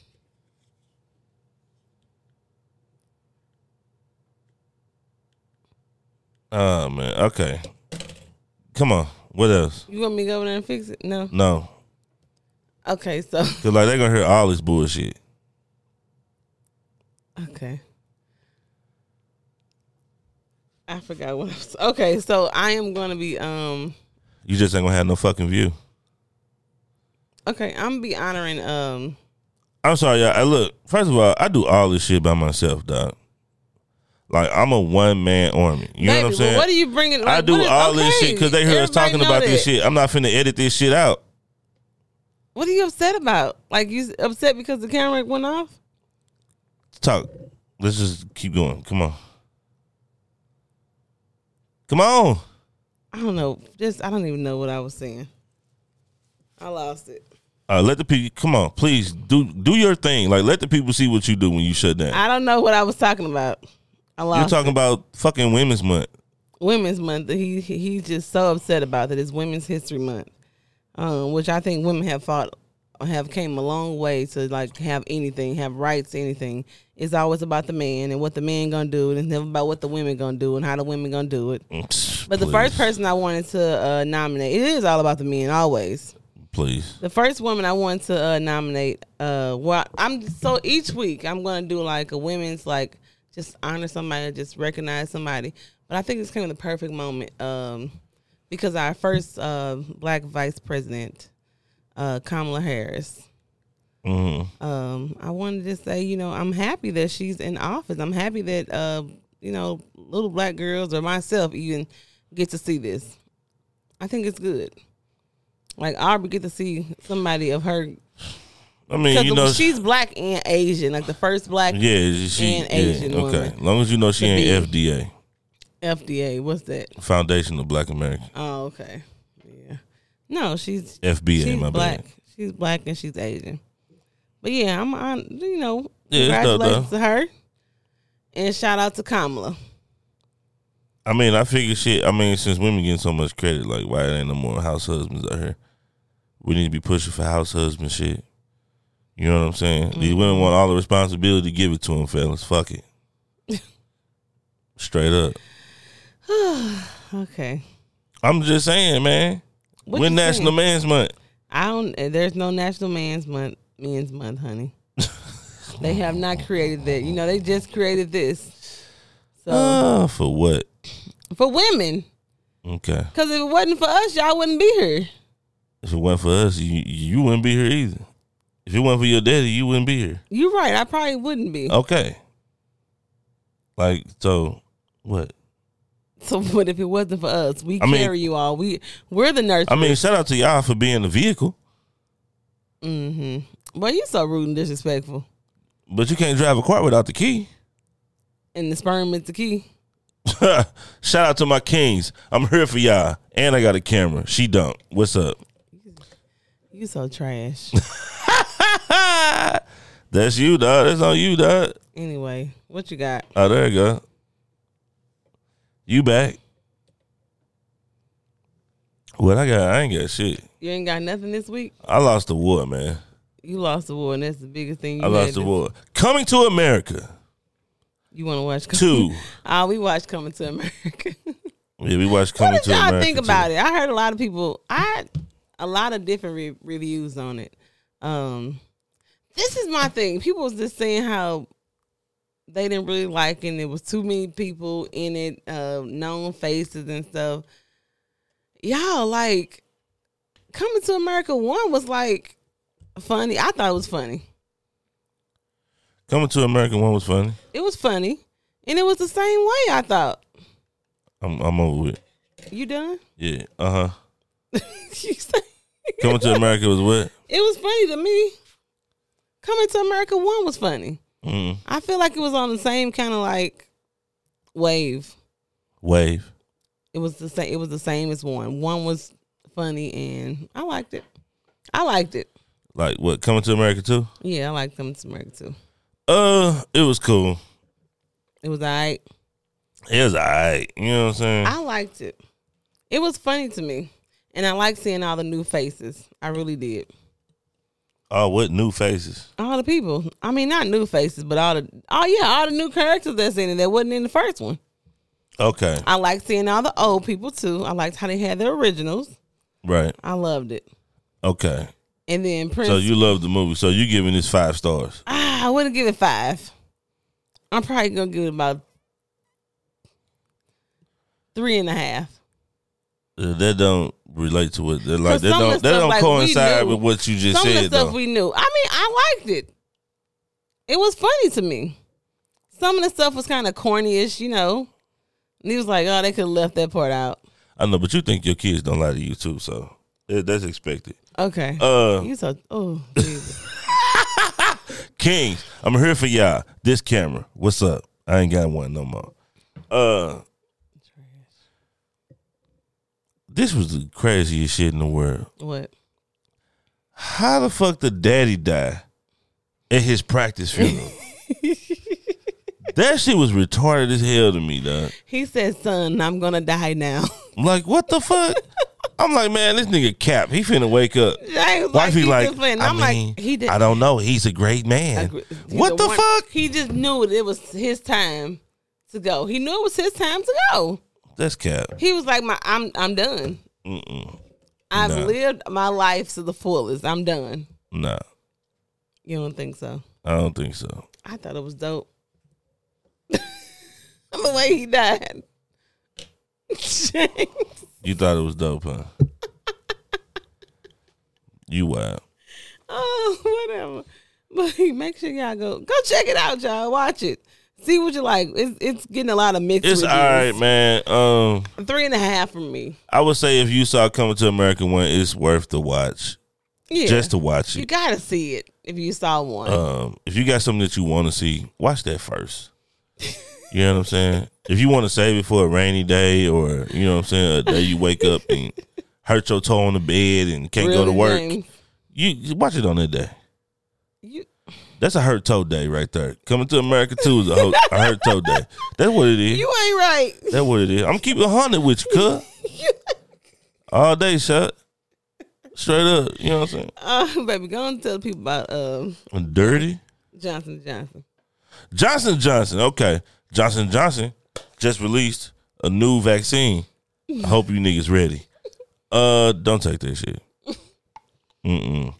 Oh man. Okay. Come on. What else?
You want me to go over there and fix it? No.
No.
Okay, so (laughs)
Cause like they gonna hear all this bullshit.
okay. I forgot what I was. Okay, so I am going to be um
You just ain't gonna have no fucking view.
okay, I'm going to be honoring um
I'm sorry, y'all. I look. First of all, I do all this shit by myself, dog. Like I'm a one man army. You know
baby,
what I'm
well,
saying?
what are you bringing
I
like,
do
what is-
all this shit
okay,
because they hear us
everybody
talking
know
about this
that.
shit. I'm not finna edit this shit out.
What are you upset about? Like you s- upset because the camera went off?
Talk. Let's just keep going. Come on. Come on.
I don't know. Just I don't even know what I was saying. I lost it.
Uh, let the people come on, please do do your thing. Like let the people see what you do when you shut down.
I don't know what I was talking about. I lost.
You're talking about fucking Women's Month.
Women's Month. He he- he's just so upset about that. It's Women's History Month, um, which I think women have fought, have came a long way to like have anything, have rights, to anything. It's always about the man and what the man gonna do, and it's never about what the women gonna do and how the women gonna do it.
But
But the first person I wanted to uh, nominate, it is all about the men always.
please.
The first woman I want to uh, nominate, uh, well, I'm so each week I'm gonna do like a women's like just honor somebody, just recognize somebody. But I think this came in the perfect moment um, because our first uh, black vice president, uh, Kamala Harris.
Mhm.
Um, I wanted to say, you know, I'm happy that she's in office. I'm happy that uh, you know, little black girls or myself even get to see this. I think it's good. Like Aubrey get to see somebody of her
I mean, you know,
because she's black and Asian, like the first black
yeah, she
and
yeah,
Asian
okay.
woman.
long as you know she
To be-
ain't FDA,
FDA. What's that?
Foundation of Black America,
Oh, okay. Yeah. No, she's
FBA.
she's
my
black.
bad.
She's black and she's Asian. But yeah, I'm on. You know,
Yeah, it's dope,
congratulations
though.
to her, and shout out to Kamala.
I mean, I figure shit. I mean, since women getting so much credit, like why it ain't no more house husbands out here? We need to be pushing for house husband shit. You know what I'm saying? These
Mm-hmm.
women want all the responsibility. Give it to them, fellas. Fuck
(laughs)
it. Straight up.
Okay.
I'm just saying, man.
What
when
you
National
saying?
Man's Month.
I don't. uh, There's no National Man's Month. Men's Month,
(laughs)
honey. they have not created that. You know, they just created this. So
Uh, for what?
for women,
Okay.
because if it wasn't for us, y'all wouldn't be here.
If it wasn't for us, you you wouldn't be here either. If it wasn't for your daddy, you wouldn't be here.
You're right. I probably wouldn't be.
Okay. Like so, what?
(laughs) So, but if it wasn't for us, we
I mean-
carry you all. We we're the nurse.
I mean, shout out to y'all for being the vehicle.
But you so rude and disrespectful.
But you can't drive a car without the key. (laughs)
And the sperm is the key.
Shout out to my kings. I'm here for y'all. And I got a camera. She don't. What's up?
You so
(laughs)
trash.
That's you, dog. That's on you, dog.
anyway, what you got?
Oh, there you go. You back. What I got? I ain't got shit.
You ain't got nothing this week.
I lost the war, man.
You lost the war, and that's the biggest thing. You
I
had
lost the
this-
war. Coming to America.
You want to watch
Two.
(laughs) Ah, we watched Coming to America. (laughs)
Yeah, we watched Coming
what did
to
y'all
America.
think about it? I heard a lot of people. I a lot of different re- reviews on it. Um, this is my thing. People was just saying how they didn't really like it. And it was too many people in it, uh, known faces and stuff. Y'all like Coming to America one was like funny. I thought it was funny.
Coming to America one was funny.
It was funny, and it was the same way. I thought.
I'm I'm over it.
You done? (laughs)
Yeah. Uh huh.
You say-
Coming to America was what?
it was funny to me. Coming to America one was funny.
Mm.
I feel like it was on the same kind of like wave.
Wave.
It was the same. It was the same as one. One was funny, and I liked it. I liked it.
Like what? Coming to America too?
Yeah, I liked Coming to America too.
Uh, it was cool.
It was alright.
It was alright. You know what I'm saying?
I liked it. It was funny to me, and I liked seeing all the new faces. I really did.
oh, what new faces?
All the people. I mean, not new faces, but all the oh yeah, all the new characters that's in it that wasn't in the first one.
Okay.
I liked seeing all the old people too. I liked how they had their originals.
Right.
I loved it.
Okay.
And then Prince.
So you love the movie. So you giving this five stars?
Ah, I wouldn't give it five. I'm probably gonna give it about three and a half.
Uh, That don't relate to what they're like.
For
That
some of the
don't. That
stuff,
don't
like, we
coincide
knew.
with what you just
Some of the
said
stuff
though.
we knew. I mean, I liked it. It was funny to me. Some of the stuff was kind of cornyish, you know. And he was like, "Oh, they could have left that part out."
I know, but you think your kids don't lie to you too, so that- that's expected.
Okay.
Uh,
you so oh Jesus. (laughs)
Kings, I'm here for y'all. This camera, what's up? I ain't got one no more. Uh, this was the craziest shit in the world.
what?
How the fuck did Daddy die at his practice funeral? that shit was retarded as hell to me, dog.
He said, "Son, I'm gonna die now." (laughs)
I'm like, what the fuck? I'm like, man, this nigga cap. He finna wake up.
James,
Wifey
he
like,
just went-
I
I'm
mean,
like, he did.
I don't know. He's a great man.
Like, he
what the
one-
fuck?
He just knew it. It was his time to go. He knew it was his time to go.
That's cap.
He was like, "My, I'm, I'm done.
Mm-mm.
I've
Nah.
lived my life to the fullest. I'm done."
Nah,
You don't think so?
I don't think so.
I thought it was dope. (laughs) the way he died. (laughs) James.
You thought it was dope, huh? you wild.
(laughs) Oh, whatever. But (laughs) make sure y'all go go check it out, y'all. Watch it. See what you like. It's it's getting a lot of mixed.
It's all
reviews.
right, man. Um,
Three and a half from me.
I would say if you saw Coming to America one, it's worth the watch.
Yeah.
Just to watch
You
it.
gotta see it if you saw one.
Um, if you got something that you want to see, watch that first. You know what I'm saying? If you want to save it for a rainy day or, you know what I'm saying, a day you wake up and hurt your toe on the bed and can't go to
Really,
work,
James,
you, you watch it on that day.
You,
That's a hurt toe day right there. Coming to America too is a, ho- a hurt toe day. That's what it is.
you ain't right. (laughs)
That's what it is. I'm keeping a hundred with you, cuz. All day, shut. Straight up. You know what I'm
Uh, baby, go and tell people about um
saying? Dirty.
Johnson Johnson.
Johnson Johnson. Okay, Johnson Johnson just released a new vaccine. I hope you niggas ready. Uh, don't take that shit. Mm-mm.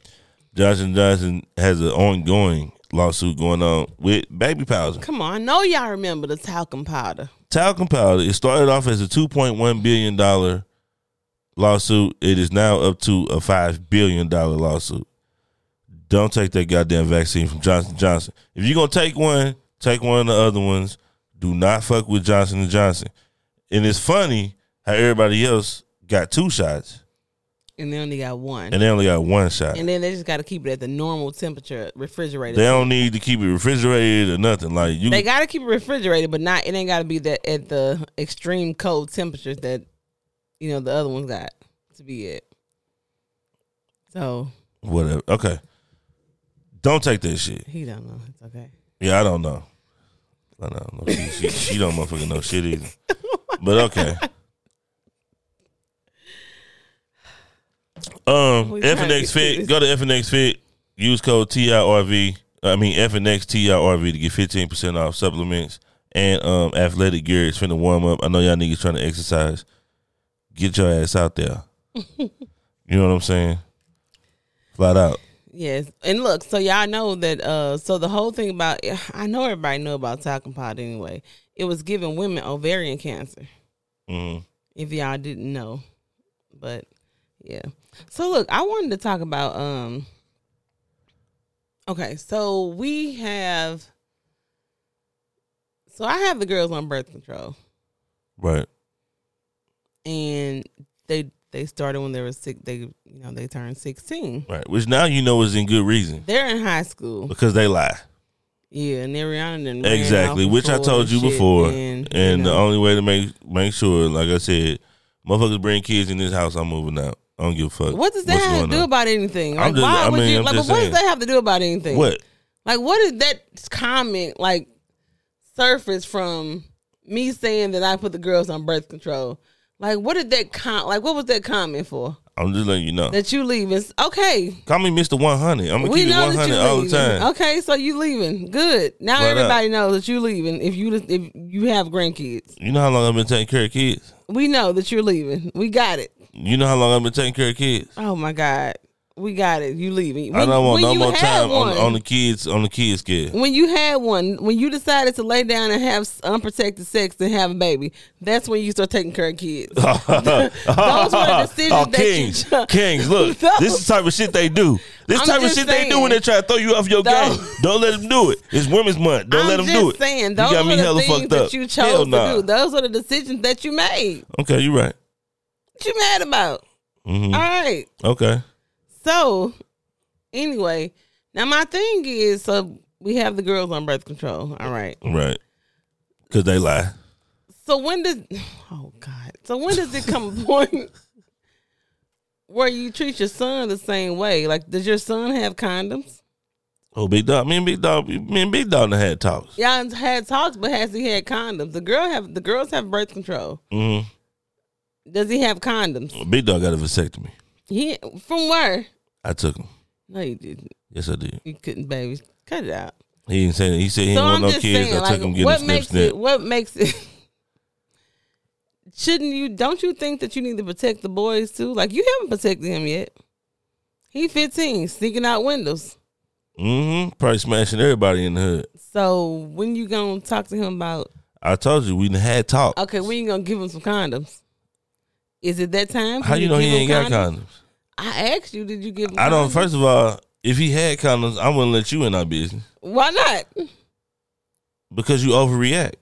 Johnson Johnson has an ongoing lawsuit going on with baby powder.
Come on, I know y'all remember the talcum powder.
Talcum powder. It started off as a two point one billion dollar lawsuit. It is now up to a five billion dollar lawsuit. Don't take that goddamn vaccine from Johnson Johnson. If you're gonna take one, take one of the other ones. Do not fuck with Johnson and Johnson. And it's funny how everybody else got two shots
And they only got one.
and they only got one shot.
And then they just got to keep it at the normal temperature, refrigerated.
They
They,
don't need to keep it refrigerated or nothing. Like you,
got to keep it refrigerated, but not. It ain't got to be that at the extreme cold temperatures that you know the other ones got to be at. So
whatever. Okay, don't take that shit.
he don't know. It's okay.
Yeah, I don't know. I don't know. She, she, she don't motherfucking know shit either. But okay. Um,
We trying to
FNX
get through
Fit.
this.
Go to FNX Fit. Use code TIRV. I mean FNX TIRV to get fifteen percent off supplements and um athletic gear. It's finna warm up. I know y'all niggas trying to exercise. Get your ass
(laughs)
out there. you know what I'm saying? Flat out.
Yes, and look, so y'all know that. Uh, so the whole thing about I know everybody knew about talcum powder anyway. It was giving women ovarian cancer.
Mm.
If y'all didn't know, but yeah. So look, I wanted to talk about. um Okay, so we have. So I have the girls on birth control,
Right.
and they they started when they were six. They you know they turned sixteen.
Right. Which now you know is in good reason
They're in high school.
because they lie.
Yeah, and then Rihanna done ran
Exactly,
off
which I
before
told you
shit,
before, and, um,
and, you
the
know,
only way to make make sure, like I said, motherfuckers bring kids in this house. I'm moving out. I don't give a fuck.
what does that
what's
have to
going
do
on.
about anything?
I'm
Like,
just-
why
I
would
mean,
you?
I'm
Like, but
just
what
saying.
does that have to do about anything?
What?
Like, what did that comment like surface from me saying that I put the girls on birth control? Like, what did that com? Like, what was that comment for?
I'm just letting you know.
That you leaving? Okay,
Call me Mr. 100. I'm gonna
we
keep it
know that
100
you
all the
leaving.
time. uh,
Okay, so you leaving? Good. Now
Right up.
everybody knows that you leaving. If you if you have grandkids,
You know how long I've been taking care of kids.
we know that you're leaving. We got it.
You know how long I've been taking care of kids.
Oh my God. We got it. You leaving.
I don't want no
you
more
had
time on,
one-
on the kids on the kids
(laughs)
(laughs) scale.
when you had one, when you decided to lay down and have s- unprotected sex and have a baby, that's when you start taking care of
(laughs)
kids. Those were the decisions
oh,
that (laughs)
kings,
you
kings! Look,
No.
this is the type of shit they do. This
I'm
type of
just
shit they do when
saying.
they try to throw you off your
Those-
game. Don't let them do it. It's Women's Month. Don't
I'm
let them
just
do it.
Saying,
you
those
got me
were the
hella
things
fucked
that
up.
you chose
Hell nah.
to do. Those are the decisions that you made.
Okay, you're right.
What you mad about?
Mhm.
All right.
Okay,
So, anyway, now my thing is, so we have the girls on birth control. All right.
right. Cause they lie.
So when does oh god? So when does it come (laughs) a point where you treat your son the same way? Like, does your son have condoms?
Oh, big dog. Me and big dog. Me and big dog done had talks.
Y'all had talks, but has he had condoms? The girl have the girls have birth control.
hmm
Does he have condoms?
Big dog got a vasectomy.
He from where?
I took him.
No, you didn't.
Yes, I did.
You couldn't, baby. Cut it out.
He didn't say that. He said he
so
didn't want
I'm
no
just
kids.
saying,
I took
like,
him getting
what
snip
makes
snip.
it? What makes it? Shouldn't you? Don't you think that you need to protect the boys too? Like you haven't protected him yet. He 15, sneaking out windows.
Mm-hmm. Probably smashing everybody in the hood.
So when you gonna talk to him about?
I told you we done had talk.
Okay, when you gonna give him some condoms? Is it that time? for
How you know he
to give him
ain't got condoms?
I asked you, did you give him?
I don't.
condoms?
First of all, if he had condoms, I wouldn't let you in our business
Why not?
because you overreact.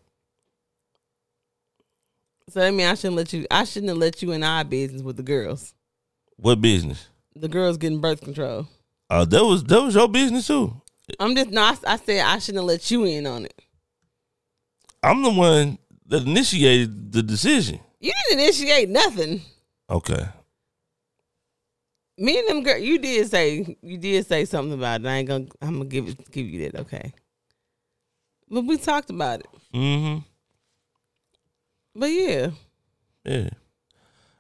So I mean, I shouldn't let you. I shouldn't have let you in our business with the girls.
What business?
The girls getting birth control.
Uh, that was that was your business too.
I'm just no. I, I said I shouldn't have let you in on it.
I'm the one that initiated the decision.
You didn't initiate nothing.
Okay.
Me and them girl, you did say you did say something about it. I ain't gonna. I'm gonna give it give you that. Okay. But we talked about it.
Mm-hmm.
But yeah.
Yeah.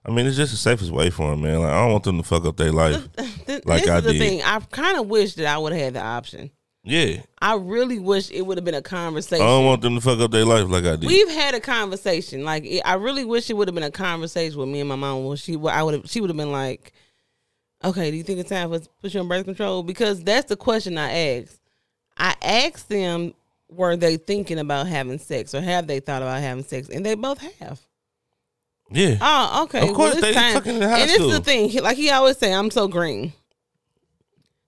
I mean, it's just the safest way for him, man. Like I don't want them to fuck up
(laughs)
their life.
Th-
Like
this
I
is the
did.
thing. I kind of wish that I would have had the option.
Yeah.
I really wish it would have been a
I
conversation.
don't want them to fuck up their life like I did.
We've had a conversation. Like it, I really wish it would have been a conversation with me and my mom. Well, she, well, I would have. She would have been like, "Okay, do you think it's time for us to put you on birth control?" Because that's the question I asked. I asked them, "Were they thinking about having sex, or have they thought about having sex?" And they both have.
yeah.
Oh, okay.
Of course,
well, it's
they
time.
fucking in high
And this is
school.
the thing. He, like he always say, I'm so green.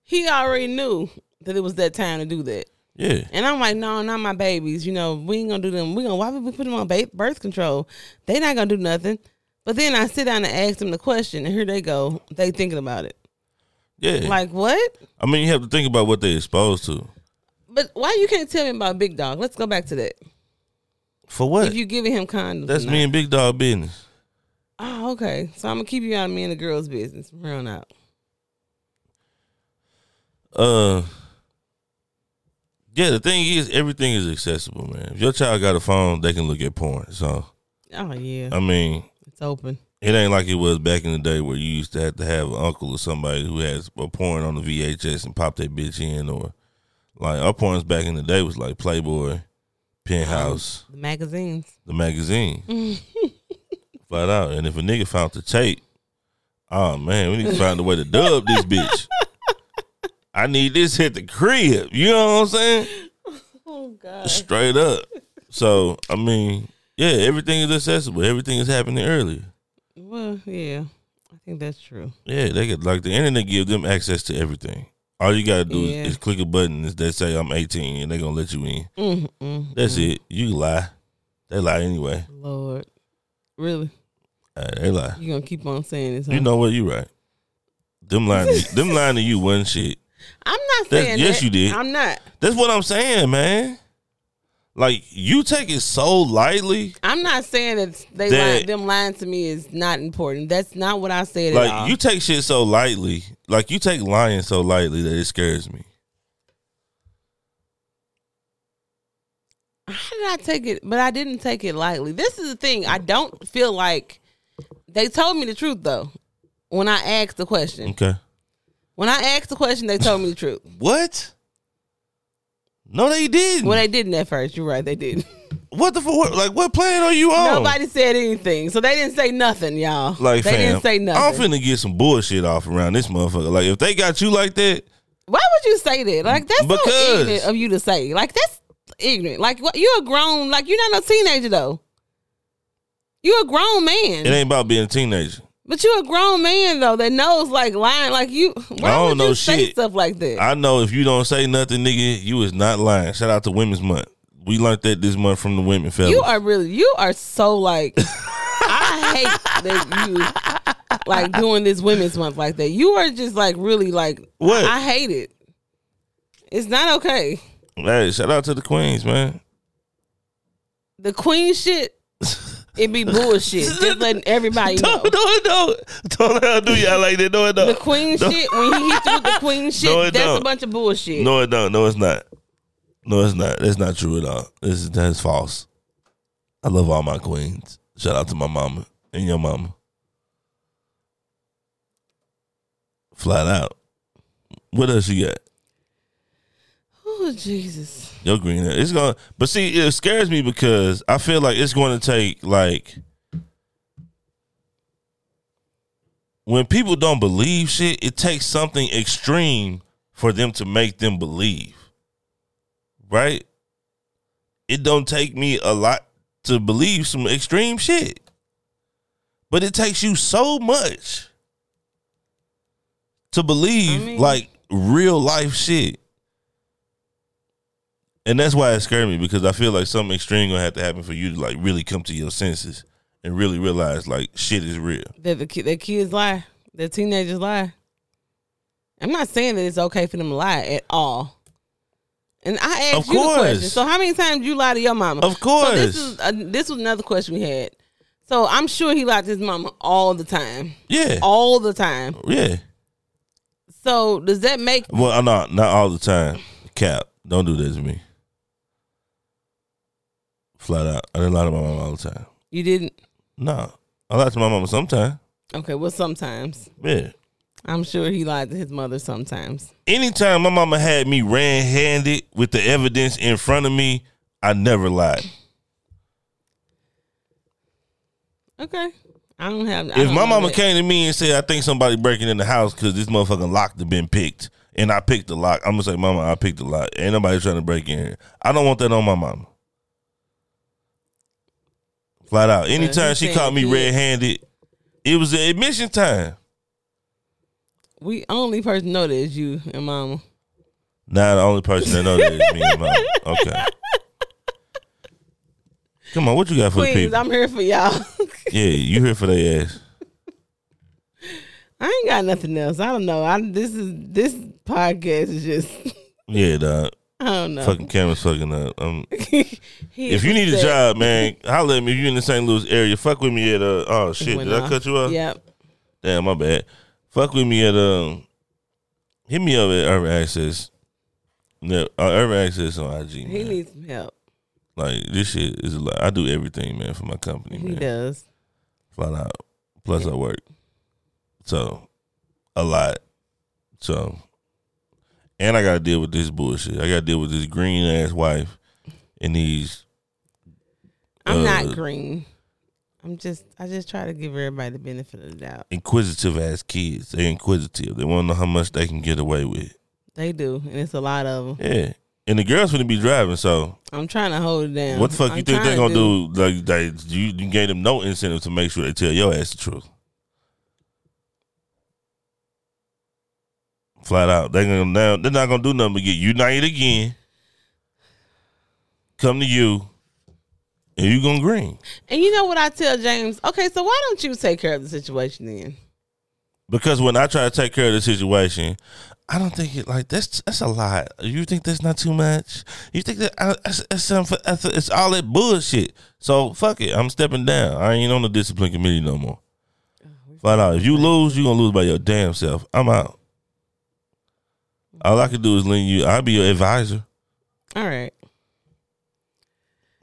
He already knew that it was that time to do that.
yeah.
And I'm like, no, not my babies. You know, we ain't gonna do them. We gonna why would we put them on ba- birth control? They not gonna do nothing. But then I sit down and ask them the question, and here they go. They thinking about it.
Yeah.
Like what?
I mean, you have to think about what they exposed to.
But why you can't tell me about Big Dog? Let's go back to that.
For what?
If you giving him condoms,
That's
or not.
me and Big Dog business.
Oh, okay. So I'm gonna keep you out of me and the girls' business from here on out.
Uh, yeah. The thing is, everything is accessible, man. If your child got a phone, they can look at porn. So
Oh yeah,
I mean,
it's open.
it ain't like it was back in the day where you used to have to have an uncle or somebody who has a porn on the VHS and pop that bitch in, or like our porns back in the day was like Playboy, Penthouse,
The magazines.
the magazine, flat out. And if a nigga found the tape, oh man, we need to find a way to dub this bitch. I need this hit the crib. You know what I'm saying?
Oh God.
Straight up. So I mean, yeah, everything is accessible. Everything is happening earlier.
Well, yeah, I think that's true.
Yeah, they could like the internet give them access to everything. All you gotta do
Yeah.
is, is click a button and they say I'm 18 and they gonna let you in.
Mm-mm.
Mm-hmm. That's it. You lie. They lie anyway.
Lord, really?
All right, they lie.
You gonna keep on saying this? Huh?
You know what? You right. Them lying, to, them lying to you wasn't shit.
I'm not
That-
saying
yes,
that.
you did.
I'm not.
That's what I'm saying, man. Like you take it so lightly.
I'm not saying that they
That-
lied, them lying to me is not important. That's not what I said at all.
Like you take shit so lightly. Like you take lying so lightly that it scares me.
How did I take it? But I didn't take it lightly. This is the thing. I don't feel like they told me the truth though. When I asked the question,
Okay.
when I asked the question, they told me the truth.
What? No, they didn't.
Well, they didn't at first. You're right. They didn't.
what the fuck? Like what planet are you on?
Nobody said anything, so they didn't say nothing, y'all.
Oh. Like
they
fam,
didn't say
I'm
nothing.
finna get some bullshit off around this motherfucker. Like if they got you like that,
Why would you say that? Like that's so
Because-
ignorant of you to say. Like that's ignorant. Like what? You're a grown. Like you're not no teenager though. You're a grown man.
it ain't about being a teenager.
But you a grown man though that knows like lying, like you. Why
don't
would
know
you say
shit.
stuff like that?
I know if you don't say nothing, nigga, you is not lying. Shout out to Women's Month. We learned that this month from the women, fellas.
you are really, you are so
(laughs)
like. I hate that you like doing this Women's Month like that. You are just like really like.
What?
I hate it. It's not okay.
hey, shout out to the queens, man.
The queen shit. It be bullshit.
(laughs)
Just letting everybody know.
Don't, don't, don't, don't let her do y'all like that. No, it
The
don't.
queen
Don't-
shit. When he hits you with the queen shit,
No, it
that's a
don't.
bunch of bullshit.
No, it don't. No, it's not. No, it's not. That's not true at all. This is that's false. I love all my queens. Shout out to my mama and your mama. Flat out. What else you got?
Oh Jesus.
Yo, green. hair. It's gonna, but see, it scares me because I feel like it's going to take like when people don't believe shit. It takes something extreme for them to make them believe, right? It don't take me a lot to believe some extreme shit, but it takes you so much to believe
I mean-
like real life shit. And that's why it scared me because I feel like something extreme gonna have to happen for you to like really come to your senses and really realize like shit is real.
that the ki- that kids lie, that teenagers lie. I'm not saying that it's okay for them to lie at all. And I asked
Of
you the question.
course.
So how many times you lie to your mama? So
Of
this
course.
is uh, this was another question we had. So I'm sure he lied to his mama all the time,
Yeah,
all the time.
yeah.
So does that make
Well, uh, not not all the time. Cap, don't do that to me. Flat out, I didn't lie to my mom all the time.
you didn't?
No, I lied to my mama sometimes.
Okay, well sometimes
Yeah,
I'm sure he lied to his mother sometimes.
anytime my mama had me ran handed with the evidence in front of me, I never lied.
Okay, I don't have. I
If
don't
my
know
mama
that.
came to me and said, "I think somebody breaking in the house because this motherfucking lock has been picked," and I picked the lock, I'm gonna say, "Mama, I picked the lock. Ain't nobody trying to break in here. I don't want that on my mama." Flat out. Anytime she
saying
caught me
he-
red-handed, it was the admission time.
we only person know that is you and mama.
Now the only person that knows that is me and mama. Okay. Come on, what you got for the
Please,
people?
I'm here for y'all. (laughs)
yeah, you here for their ass?
I ain't got nothing else. I don't know. I this is this podcast is just (laughs)
Yeah, dog.
I don't know.
Fucking camera's fucking up. Um,
(laughs) He
If you need a
upset.
job, man, holla at me. If you in the St. Louis area, fuck with me at uh oh
It
shit,
went
did I
off.
cut you off?
Yep.
Damn, my bad. Fuck with me at um hit me up at Urban Access. No, uh, Urban Access on IG.
He
Man.
needs some help.
like this shit is a lot. I do everything, man, for my company,
He
man.
does.
Flat out. Plus I work. So a lot. So and I gotta deal with this bullshit. I gotta deal with this green ass wife and these
I'm
Uh,
not green. I'm just I just try to give everybody the benefit of the doubt.
inquisitive ass kids. They inquisitive. They want to know how much they can get away with.
They do, and it's a lot of them.
Yeah. And the girls gonna be driving, so
I'm trying to hold it down.
what the fuck
I'm
you think they
trying
gonna
to.
do? Like, they, you, you gave them no incentive to make sure they tell your ass the truth. Flat out, they gonna now they're not gonna do nothing but get united again. Come to you, and you gonna green
And you know what I tell James? Okay, so why don't you take care of the situation then?
because when I try to take care of the situation, I don't think it like that's that's a lot. You think that's not too much? You think that I, that's, that's something? For, that's, it's all that bullshit. So fuck it, I'm stepping down. I ain't on the discipline committee no more. Flat out. If you lose, you gonna lose by your damn self. I'm out. All I can do is lend you. I'll be your advisor.
All right,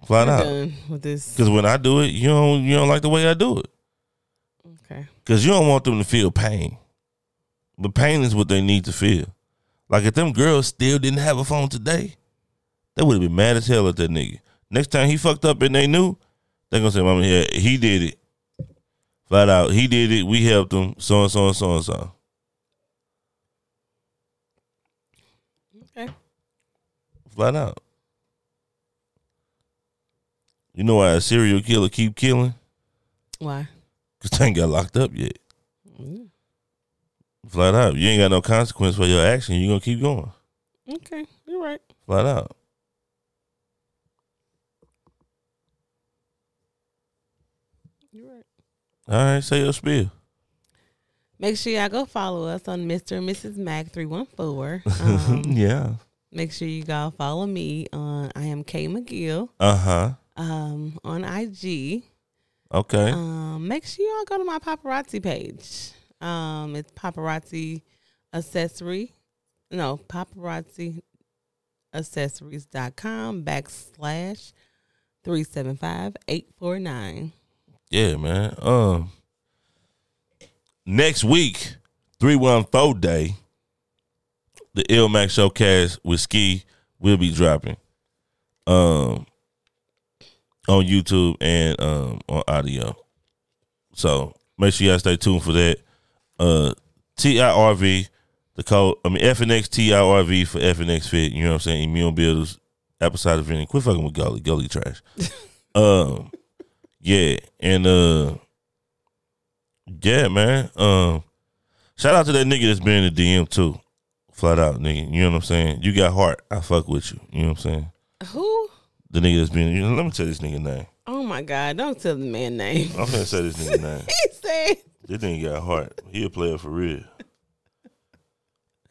Flat
I'm
out.
done with this.
Because when I do it, you don't you don't like the way I do it.
Okay,
Cause you don't want them to feel pain. But pain is what they need to feel. Like if them girls still didn't have a phone today, they would have been mad as hell at that nigga. Next time he fucked up and they knew, they gonna say, Mama, yeah, he did it. Flat out, he did it, we helped him, so and so and so and so.
okay.
Flat out. You know why a serial killer keep killing?
Why? Mm-hmm.
Cause they ain't got locked up yet. Flat out. You ain't got no consequence for your action, you gonna keep going.
Okay, you're right.
Flat out.
You're right.
All right, say your spiel.
Make sure y'all go follow us on Mr. and Mrs. Mac three one four. Um,
(laughs) yeah.
make sure you go follow me on I am K McGill
Uh huh.
um, on IG.
Okay.
Um, make sure y'all go to my paparazzi page. Um, it's paparazzi accessory. No, paparazzi accessories.com backslash 375-849.
yeah, man. Um. Next week, three one four day, the Ill Max Showcast with Ski will be dropping, um, on YouTube and um on audio. So make sure y'all stay tuned for that. Uh, TIRV, the code. I mean FNX TIRV for FNX Fit. You know what I'm saying? Immune builders, apple cider vinegar. Quit fucking with gully, gully trash. um, yeah, and uh, yeah, man. Um, shout out to that nigga that's been in the DM too. Flat out, nigga. You know what I'm saying? You got heart. I fuck with you. You know what I'm saying?
Who?
The nigga that's been. You know, let me tell this nigga name.
Oh my God, don't tell the man name.
I'm gonna say this nigga name.
(laughs) he said
This nigga got heart. He a player for real.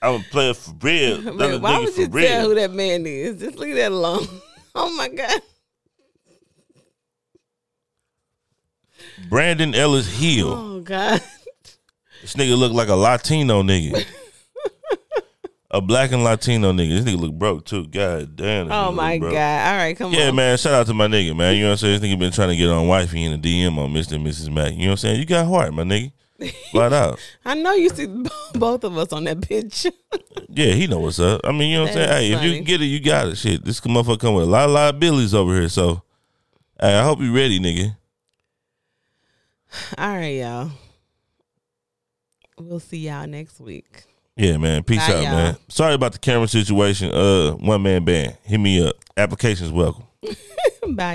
I'm a player for real. That
(laughs) Man,
a
why
nigga
would
for
you
real.
tell who that man is? Just leave that alone. (laughs) Oh my God.
Brandon Ellis Hill.
Oh God.
This nigga look like a
(laughs)
Latino nigga. a black and Latino nigga. This nigga look broke too. God damn. this
Oh
nigga
my God.
look broke.
All right, come
Yeah,
on.
man. Shout out to my nigga, man. You know what I'm saying? This nigga been trying to get on wifey in the DM on Mr. and Mrs. Mac. You know what I'm saying? You got heart, my nigga.
(laughs)
Flat out.
I know you see both of us on that picture.
Yeah, he know what's up. I mean, you know what I'm
That
saying? Hey,
is
if you
funny.
can get it, you got it. Shit. This motherfucker come with a lot of liabilities over here. So, hey, I hope you ready, nigga.
All right, y'all. We'll see y'all next week. (laughs)
Yeah, man. Peace
Bye,
out,
y'all.
man. Sorry about the camera situation. Uh, one man band. Hit me up. Applications welcome.
Bye,